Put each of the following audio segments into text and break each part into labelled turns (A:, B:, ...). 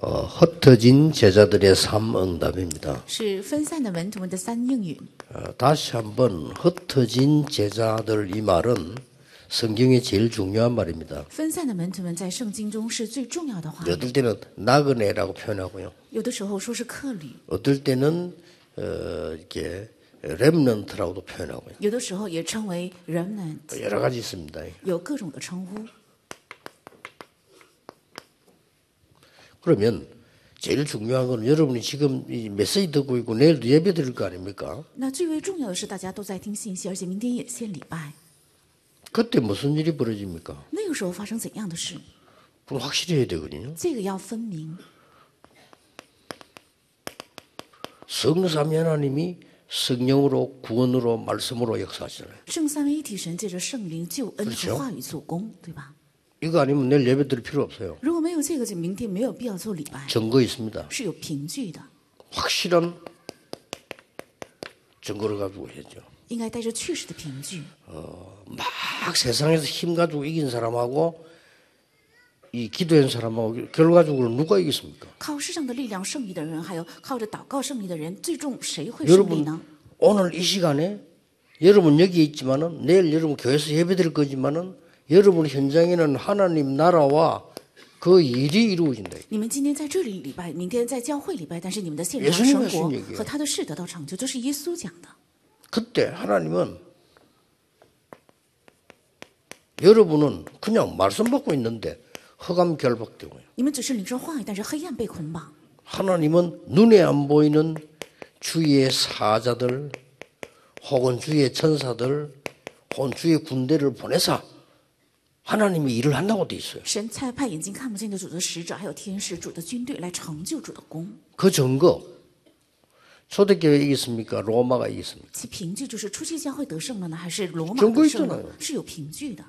A: 어, 흩어진 제자들의 삶 응답입니다.
B: 是分散的门徒们的三应允。
A: 어, 다시 한번 흩어진 제자들 이 말은 성경의 제일 중요한 말입니다.
B: 分散的门徒们在圣经中是最重要的话语，
A: 어떨 때는 나그네라고 표현하고요.
B: 有的时候说是客旅，
A: 어떨 때는 어, 이렇게 렘넌트라고도 표현하고요. 뭐
B: 有的时候也称为 remnant，
A: 여러 가지 있습니다.
B: 有各种的称呼。
A: 그러면 제일 중요한 건 여러분이 지금 이 메시지 듣고 있고 내일도 예배 드릴 거 아닙니까?
B: 那最为重要的是，大家都在听信息，而且明天也献礼拜。
A: 그때 무슨 일이 벌어집니까?
B: 那个时候发生怎样的事，
A: 그럼 확실히 해야 되거든요.
B: 这个要分明。
A: 성삼위 하나님이 성령으로 구원으로 말씀으로 역사하시잖아요.
B: 圣三位一体神借着圣灵救恩
A: 是这样
B: 和话语做工，对吧？
A: 이거 아니면 내일 예배 드릴 필요 없어요.
B: 如果没有这个，就明天没有必要做礼拜，
A: 증거 있습니다.
B: 是有凭据的，
A: 확실한 증거를 가지고 해야죠.
B: 应该带着确实的凭据。
A: 막 세상에서 힘 가지고 이긴 사람하고 이 기도한 사람하고 결과적으로 누가 이겼습니까?
B: 靠世上的力量胜利的人，还有靠着祷告胜利的人，最终谁会胜利
A: 여러분
B: 呢？
A: 오늘 이 시간에 여러분 여기 있지만은 내일 여러분 교회에서 예배드릴 거지만은 여러분 현장에는 하나님 나라와 그 일이 이루어진다.
B: 你们今天在这里礼拜，明天在教会礼拜，但是你们的现场生活和他的事得到成就，这是耶稣讲的。
A: 그때 하나님은 여러분은 그냥 말씀 받고 있는데 허감 결박되고요.
B: 你们只是领受话语，但是黑暗被捆绑。
A: 하나님은 눈에 안 보이는 주의 사자들 혹은 주의 천사들 혹은 주의 군대를 보내사 하나님이 일을 한다고 돼 있어요.
B: 神差派眼睛看不见的主的使者，还有天使、主的军队来成就主的功。
A: 그 증거 초대교회 이겼습니까? 로마가 이겼습니까?
B: 其凭据就是初期教会得胜了呢，还是罗马
A: 中国
B: 得
A: 一
B: 胜
A: 阵
B: 了？是有凭据的，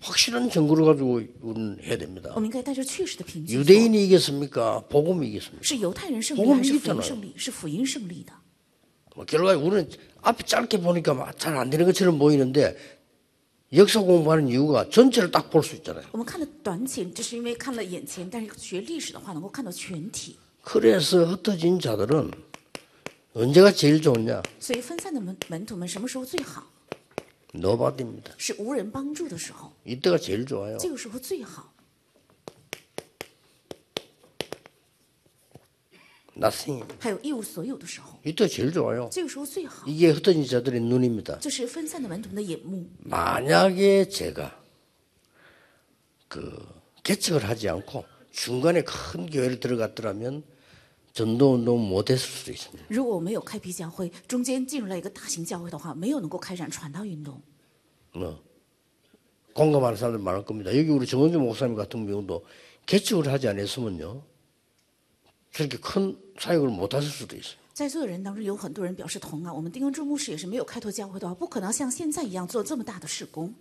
A: 확실한 증거를 가지고 우리는 해야 됩니다.
B: 我们应该带着确实的凭据说。
A: 유대인이 이겼습니까? 복음이 이겼습니까?
B: 是犹太人胜
A: 복음
B: 利还是
A: 이기
B: 福
A: 잖아요
B: 音胜利？是福音胜利的。
A: 뭐 결과에 우리는 앞에 짧게 보니까 잘 안 되는 것처럼 보이는데 역사 공부하는 이유가 전체를 딱 볼 수 있잖아요.
B: 我们看的短浅，就是因为看了眼前，但是学历史的话能够看到全体。
A: 그래서 흩어진 자들은 언제가 제일 좋냐?
B: 所以分散的门门徒们什么时候最好？
A: 노바디입니다.
B: 是无人帮助的时候，
A: 이때가 제일 좋아요.
B: 这个时候最好，
A: 나싱입니다.
B: 还有一无所有的时候，
A: 이때가 제일 좋아요.
B: 这个时候最好，
A: 이게 흩어진 자들의 눈입니다.
B: 这是分散的门徒们的眼目。
A: 만약에 제가 그 개척을 하지 않고 중간에 큰 교회를 들어갔더라면 전도 운동 못했을 수도 있습니다.
B: 如果我没有开辟教会，中间进入了一个大型教会的话，没有能够开展传道运动。
A: 어. 공감하는 사람들 많을 겁니다. 여기 우리 정원주 목사님 같은 경우도 개척을 하지 않았으면요. 저렇게 큰 사역을 못 하실 수도 있어요.
B: 在座的人当中有很多人表示同啊，我们丁恩柱牧师也是没有开拓教会的话，不可能像现在一样做这么大的事工。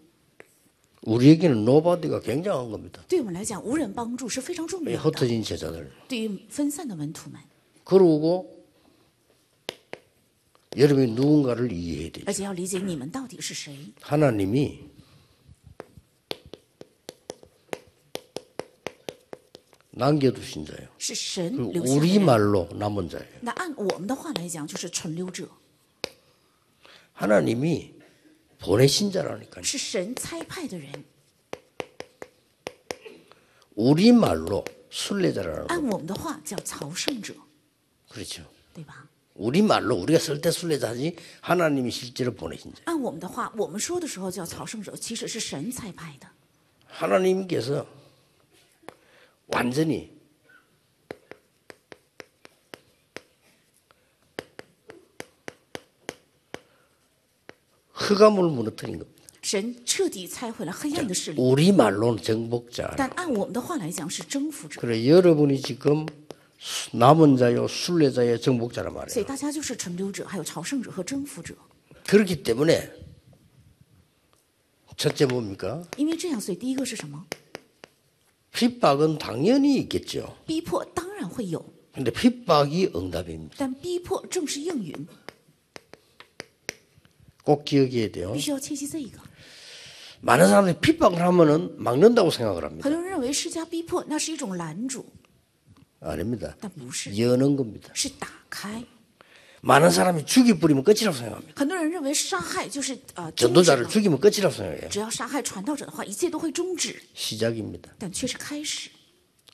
A: 우리에게는 노바디가 굉장한 겁니다.
B: 对我们来讲，无人帮助是非常重
A: 이
B: 要的。
A: 흩어진 제자들.
B: 对于分散的门徒们，
A: 그러고 여러분이 누군가를 이해해야 돼요.
B: 而且要理解你们到底是谁。
A: 하나님이 남겨두신 자예요.
B: 是神留下的
A: 우리
B: 人。
A: 말로 남은 자예요.
B: 那按我们的话来讲，就是存留者，
A: 하나님이 보내신 자라니까요.
B: 是神差派的人。
A: 우리 말로 순례자라는 거.
B: 按我们的话叫朝圣者，
A: 그렇죠.
B: 对吧？
A: 우리 말로 우리가 쓸 때 순례자지 하나님이 실제로 보내신 자.
B: 按我们的话，我们说的时候叫朝圣者，其实是神差派的。
A: 하나님께서 완전히 흑암을 무너뜨린 겁니다.
B: 神彻底拆毁了黑暗的势力，
A: 우리 말로는 정복자.
B: 但按我们的话来讲是征服者。
A: 그래 여러분이 지금 수- 남은 자요 순례자의 정복자란
B: 所以
A: 말이에요.
B: 大家就是存留者，还有朝圣者和征服者。
A: 그렇기 때문에 첫째 뭡니까?
B: 因为这样，所以第一个是什么？
A: 핍박은 당연히 있겠죠.
B: 逼迫当然会有，
A: 근데 핍박이 응답입니다.
B: 但逼迫正是应允，
A: 꼭 기억해야 돼요.
B: 必须要切记这一个。
A: 많은 사람들이 핍박을 하면은 막는다고 생각을 합니다.
B: 很多人认为施加逼迫那是一种拦阻，
A: 아닙니다.
B: 但不是，
A: 여는 겁니다.
B: 是打开。
A: 많은 사람이 죽이 뿌리면 끝이라고 생각합니다.
B: 很多人认为杀害就是呃终止
A: 전도자를
B: 了，
A: 죽이면 끝이라고 생각해요.
B: 只要杀害传道者的话，一切都会终止，
A: 시작입니다.
B: 但却是开始，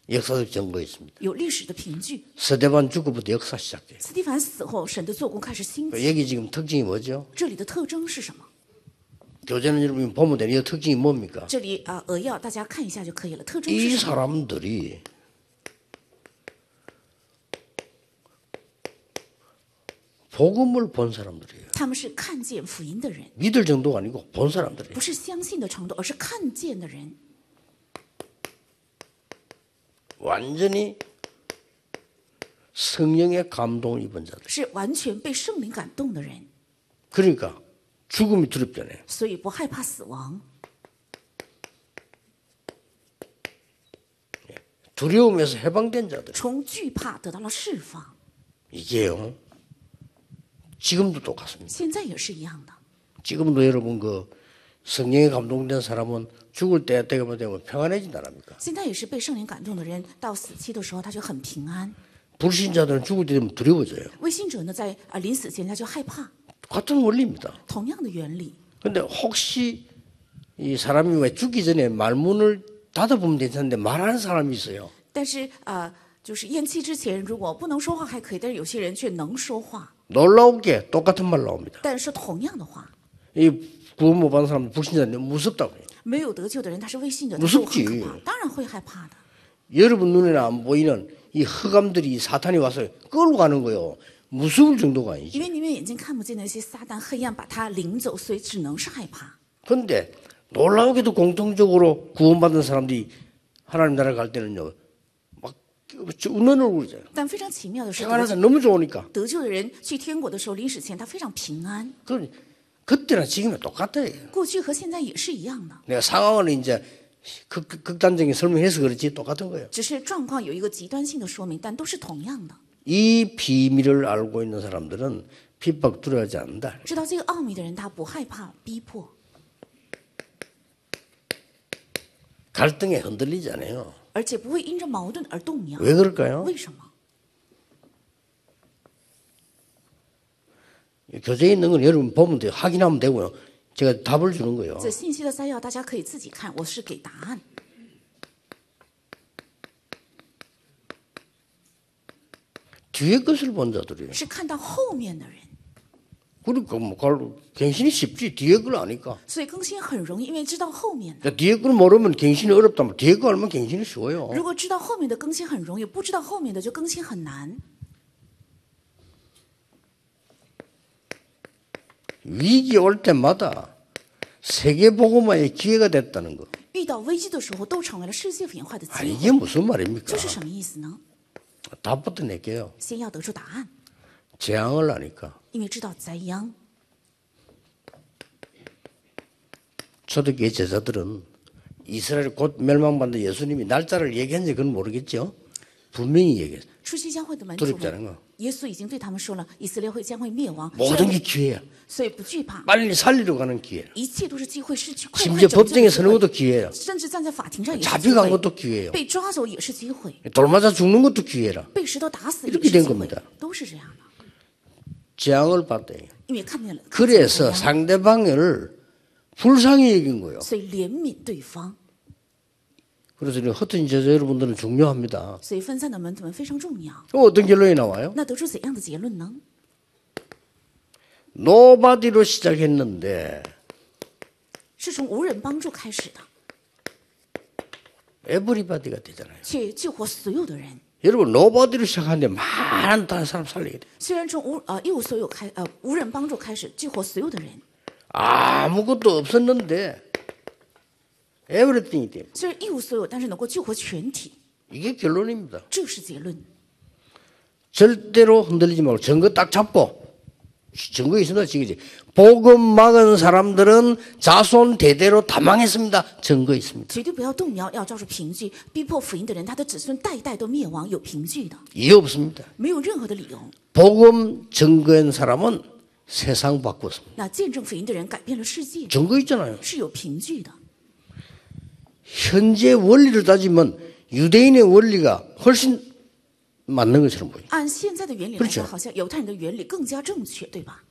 A: 역사적 증거 있습니다.
B: 有历史的凭据。
A: 서대반 죽음부터 역사 시작돼요.
B: 斯蒂凡死后，神的做工开始兴起。
A: 여기 지금 특징이 뭐죠?
B: 这里的特征是什么？
A: 교재는 여러분이 보면 되는 이 특징이 뭡니까?
B: 这里啊、呃，扼要大家看一下就可以了。特征
A: 이
B: 是什么？
A: 사람들이 복음을 본 사람들이에요.
B: 他们是看见福音的人，
A: 믿을 정도가 아니고 본 사람들이에요.
B: 不是相信的程度，而是看见的人，
A: 완전히 성령의 감동을 입은 자들.
B: 是完全被圣灵感动的人，
A: 그러니까 죽음이 두렵잖아요.
B: 所以不害怕死亡。
A: 두려움에서 해방된 자들.
B: 从惧怕得到了释放，
A: 이게요. 지금도 똑같습니다.
B: 现在也是一样的。
A: 지금도 여러분 그 성령에 감동된 사람은 죽을 때 때가 뭐 되면 평안해진다랍니까?
B: 现在也是被圣灵感动的人，到死期的时候他就很平安。
A: 불신자들은 죽을 때 되면 두려워져요.
B: 未信者呢，在啊临死前他就害怕，
A: 같은 원리입니다.
B: 同样的原理。
A: 근데 혹시 이 사람이 왜 죽기 전에 말문을 닫아보면 괜찮은데 말하는 사람이 있어요.
B: 但是啊、呃就是咽气之前如果不能说话还可以，但是有些人却能说话，
A: 놀라우게 똑같은 말 나옵니다.
B: 但是同样的话，
A: 이 구원 못 받은 사람 불신자인데 무섭다고 해요.
B: 没有得救的人他是未信者，
A: 不
B: 他
A: 是
B: 说很
A: 不
B: 可
A: 信
B: 怕，当然会害怕的。
A: 여러분 눈에는 안 보이는 이 흑암들이 사탄이 와서 끌고 가는 거요. 무서울 정도가 아니죠.
B: 因为你们眼睛看不见那些撒旦黑暗把他领走，所以只能是害怕。
A: 근데 놀라우게도 공통적으로 구원받은 사람들이 하나님 나라 갈 때는요. 막 웃는 얼굴이잖아요.
B: 但非常奇妙的是，
A: 생활하서 너무 좋으니까.
B: 得救的人去天国的时候，临死前他非常平安。
A: 그 그때나 지금이나 똑같아요.
B: 过去和现在也是一样的，
A: 내가 상황을 이제 극, 극- 극단적인 설명해서 그렇지 똑같은 거예요.
B: 只是状况有一个极端性的说明，但都是同样的。
A: 이 비밀을 알고 있는 사람들은 핍박 두려워하지 않는다.
B: 知道这个奥秘的人，他不害怕逼迫，
A: 갈등에 흔들리지 않아요.
B: 而且不会因着矛盾而动摇。
A: 왜 그럴까요?
B: 为什么？
A: 교재에 있는 건 여러분 보면 돼요. 확인하면 되고요. 제가 답을 주는 거예요.
B: 这信息的摘要大家可以自己看，我是给答案。
A: 뒤에 것을 본 자들이에요.
B: 是看到后面的人，
A: 그러니까 뭐 갈로 갱신이 쉽지 뒤에 걸 아니까.
B: 所以更新很容易，因为知道后面的。
A: 그러니까 뒤에 걸 모르면 갱신이 어렵다면 뒤에 걸 알면 갱신이 쉬워요.
B: 如果知道后面的更新很容易，不知道后面的就更新很难。
A: 위기 올 때마다 세계 복음화의 기회가 됐다는 거.
B: 遇到危机的时候，都成为了世界演化的
A: 아
B: 机会。
A: 이게 무슨 말입니까?
B: 这是什么意思呢？
A: 답부터 낼게요.
B: 先要得出答案，
A: 재앙을 아니까.
B: 因为知道灾殃。
A: 초대교회 제자들은 이스라엘 곧 멸망받는 예수님이 날짜를 얘기했는지 그건 모르겠죠. 분명히 얘기했어요.
B: 初期教会的门徒
A: 두렵지않은가
B: 们，耶稣已经对他们说了，以色列会将会灭亡，
A: 모든 게 기회야.
B: 所以不惧怕，
A: 빨리 살리러 가는 기회.
B: 一切都是机会，失去快快
A: 심지어
B: 拯救
A: 법정에
B: 的机
A: 서는
B: 会，
A: 것도 기회야.
B: 甚至站在法庭上也是机
A: 잡혀간
B: 会，
A: 것도 기회예요.
B: 被抓走也是机会，
A: 돌맞아 죽는 것도 기회라.
B: 被石头打死也
A: 이렇게
B: 是
A: 된
B: 机会
A: 겁니다 ，
B: 都是这样的。
A: 재앙을 받대요.
B: 因为看见了，
A: 그래서 상대방을 불쌍히 여긴 거예요.
B: 所以怜悯对方，
A: 그래서 이 허튼 제자 여러분들은 중요합니다.
B: 所以分散的门徒们非常重要。
A: 그럼 어떤 결론이 나와요?
B: 那得出怎样的结论呢？
A: 노바디로 시작했는데
B: 是从无人帮助开始的，
A: 에브리바디가 되잖아요.
B: 去救活所有的人。
A: 여러분 노바디로 시작하는데 많은 다른 사람 살리게 돼.
B: 虽然从无呃一无所有开呃无人帮助开始救活所有的人，
A: 아무것도 없었는데 에브리띵이 돼.
B: 虽然一无所有，但是能够救活全体，
A: 이게 결론입니다.
B: 这是结论。
A: 절대로 흔들리지 말고 증거 딱 잡고 증거 있으면 지기지. 복음 막은 사람들은 자손 대대로 다 망했습니다. 증거 있습니다.
B: 绝对不要动摇，要抓住凭据。逼迫福音的人，他的子孙代代都灭亡，有凭据的，
A: 이유 없습니다.
B: 没有任何的理由。
A: 복음 증거인 사람은 세상 바꿨습니다.
B: 那见证福音的人改变了世界，
A: 증거 있잖아요.
B: 是有凭据的。
A: 현재 원리를 따지면 유대인의 원리가 훨씬 맞는 것처럼 보여요.
B: 按现在的原理来说，
A: 그렇죠
B: 好像犹太人的原理更加正确，对吧？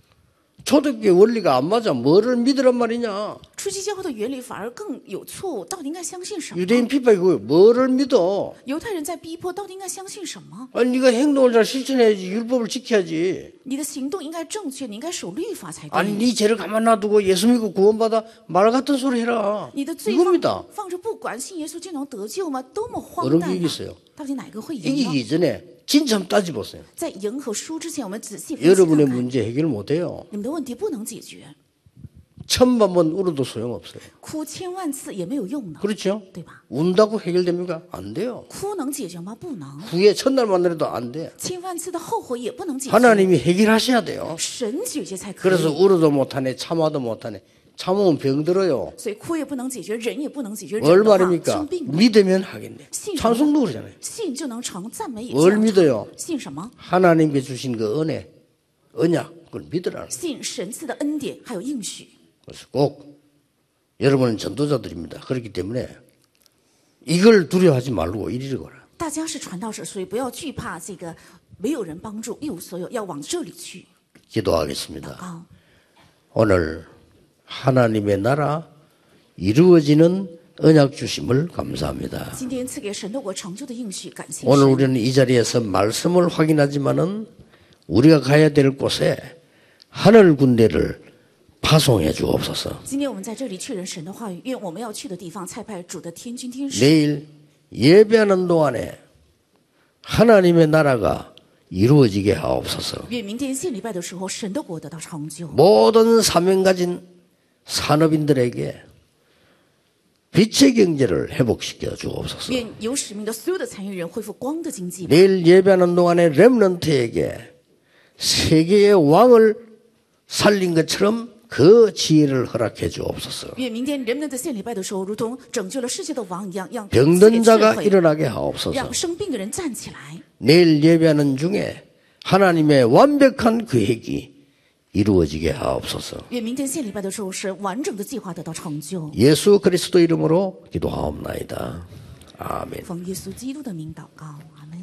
A: 초대교회 원리가 안 맞아. 뭐를 믿으란 말이냐.
B: 初期教会的原理反而更有错误，到底应该相信什么？
A: 유대인 피파이 그거예요. 뭐를 믿어.
B: 犹太人在逼迫，到底应该相信什么？
A: 아니 네가 행동을 잘 실천해야지. 율법을 지켜야지.
B: 你的行动应该正确，你应该守律法才
A: 아니
B: 对。
A: 네 죄를 가만 놔두고 예수 믿고 구원받아 말 같은 소리 해라.
B: 你的罪放
A: 이겁니다.
B: 放着不管，信耶稣就能得救吗？多么荒
A: 어려운
B: 诞、
A: 게이겼어요
B: 啊！到底哪个会赢呢？
A: 이기기 전에 진짜 한번 따져보세요.
B: 在赢和输之前，我们仔细分析看
A: 여러분의
B: 看，
A: 문제 해결 못해요.
B: 你们的问题不能解决，
A: 천만 번 울어도 소용없어요.
B: 哭千万次也没有用呢，
A: 그렇죠?
B: 对吧？
A: 운다고 해결됩니까? 안 돼요.
B: 哭能解决吗？不能，
A: 후에 첫날 만나도 안 돼.
B: 千万次的后悔也不能解决，
A: 하나님이 해결하셔야 돼요.
B: 神解决才可
A: 그래서
B: 以。
A: 울어도 못하네, 참아도 못하네. 참으면 병들어요.
B: 所以哭也不能解决，忍也不能解决，
A: 뭘
B: 忍的话
A: 말입니까?
B: 生病了。
A: 믿으면 하겠네.
B: 신이
A: 찬송도 그러잖아요.
B: 信就能成，赞美也
A: 뭘
B: 就能成
A: 믿어요
B: 信什么？
A: 하나님께 주신 그 은혜, 언약, 그걸 믿으라.
B: 信神赐的恩典还有应许。
A: 그래서 꼭 여러분은 전도자들입니다. 그렇기 때문에 이걸 두려워하지 말고 이리거라.
B: 大家是传道者，所以不要惧怕这个没有人帮助，一无所有，要往这里去
A: 기도하겠습니다.
B: 啊！
A: 오늘 하나님의 나라 이루어지는 언약 주심을 감사합니다.
B: 今天赐给神的我成就的应许，感谢
A: 오늘
B: 神。
A: 우리는 이 자리에서 말씀을 확인하지만은 우리가 가야 될 곳에 하늘 군대를 파송해 주옵소서.
B: 今天我们在这里确认神的话语，愿我们要去的地方蔡派主的天君天使。
A: 내일 예배하는 동안에 하나님의 나라가 이루어지게 하옵소서.
B: 愿明天献礼拜的时候，神的国得到成就。
A: 모든 사명 가진 산업인들에게 빛의 경제를 회복시켜 주옵소서.
B: 愿有使命的所有的参与人恢复光的经济。
A: 내일 예배하는 동안에 렘넌트에게 세계의 왕을 살린 것처럼 그 지혜를 허락해 주옵소서.
B: 愿明天人们在献礼拜的时候，如同拯救了世界的王一样，让赐给
A: 병든
B: 智
A: 자가
B: 慧
A: 일어나게 하옵소서.
B: 让生病的人站起来。
A: 내일 예배하는 중에 하나님의 완벽한 계획이 이루어지게 하옵소서.
B: 愿明天献礼拜的时候，神完整的计划得到成就。
A: 예수 그리스도 이름으로 기도하옵나이다. 아멘.
B: 奉耶稣基督的名祷告，阿门。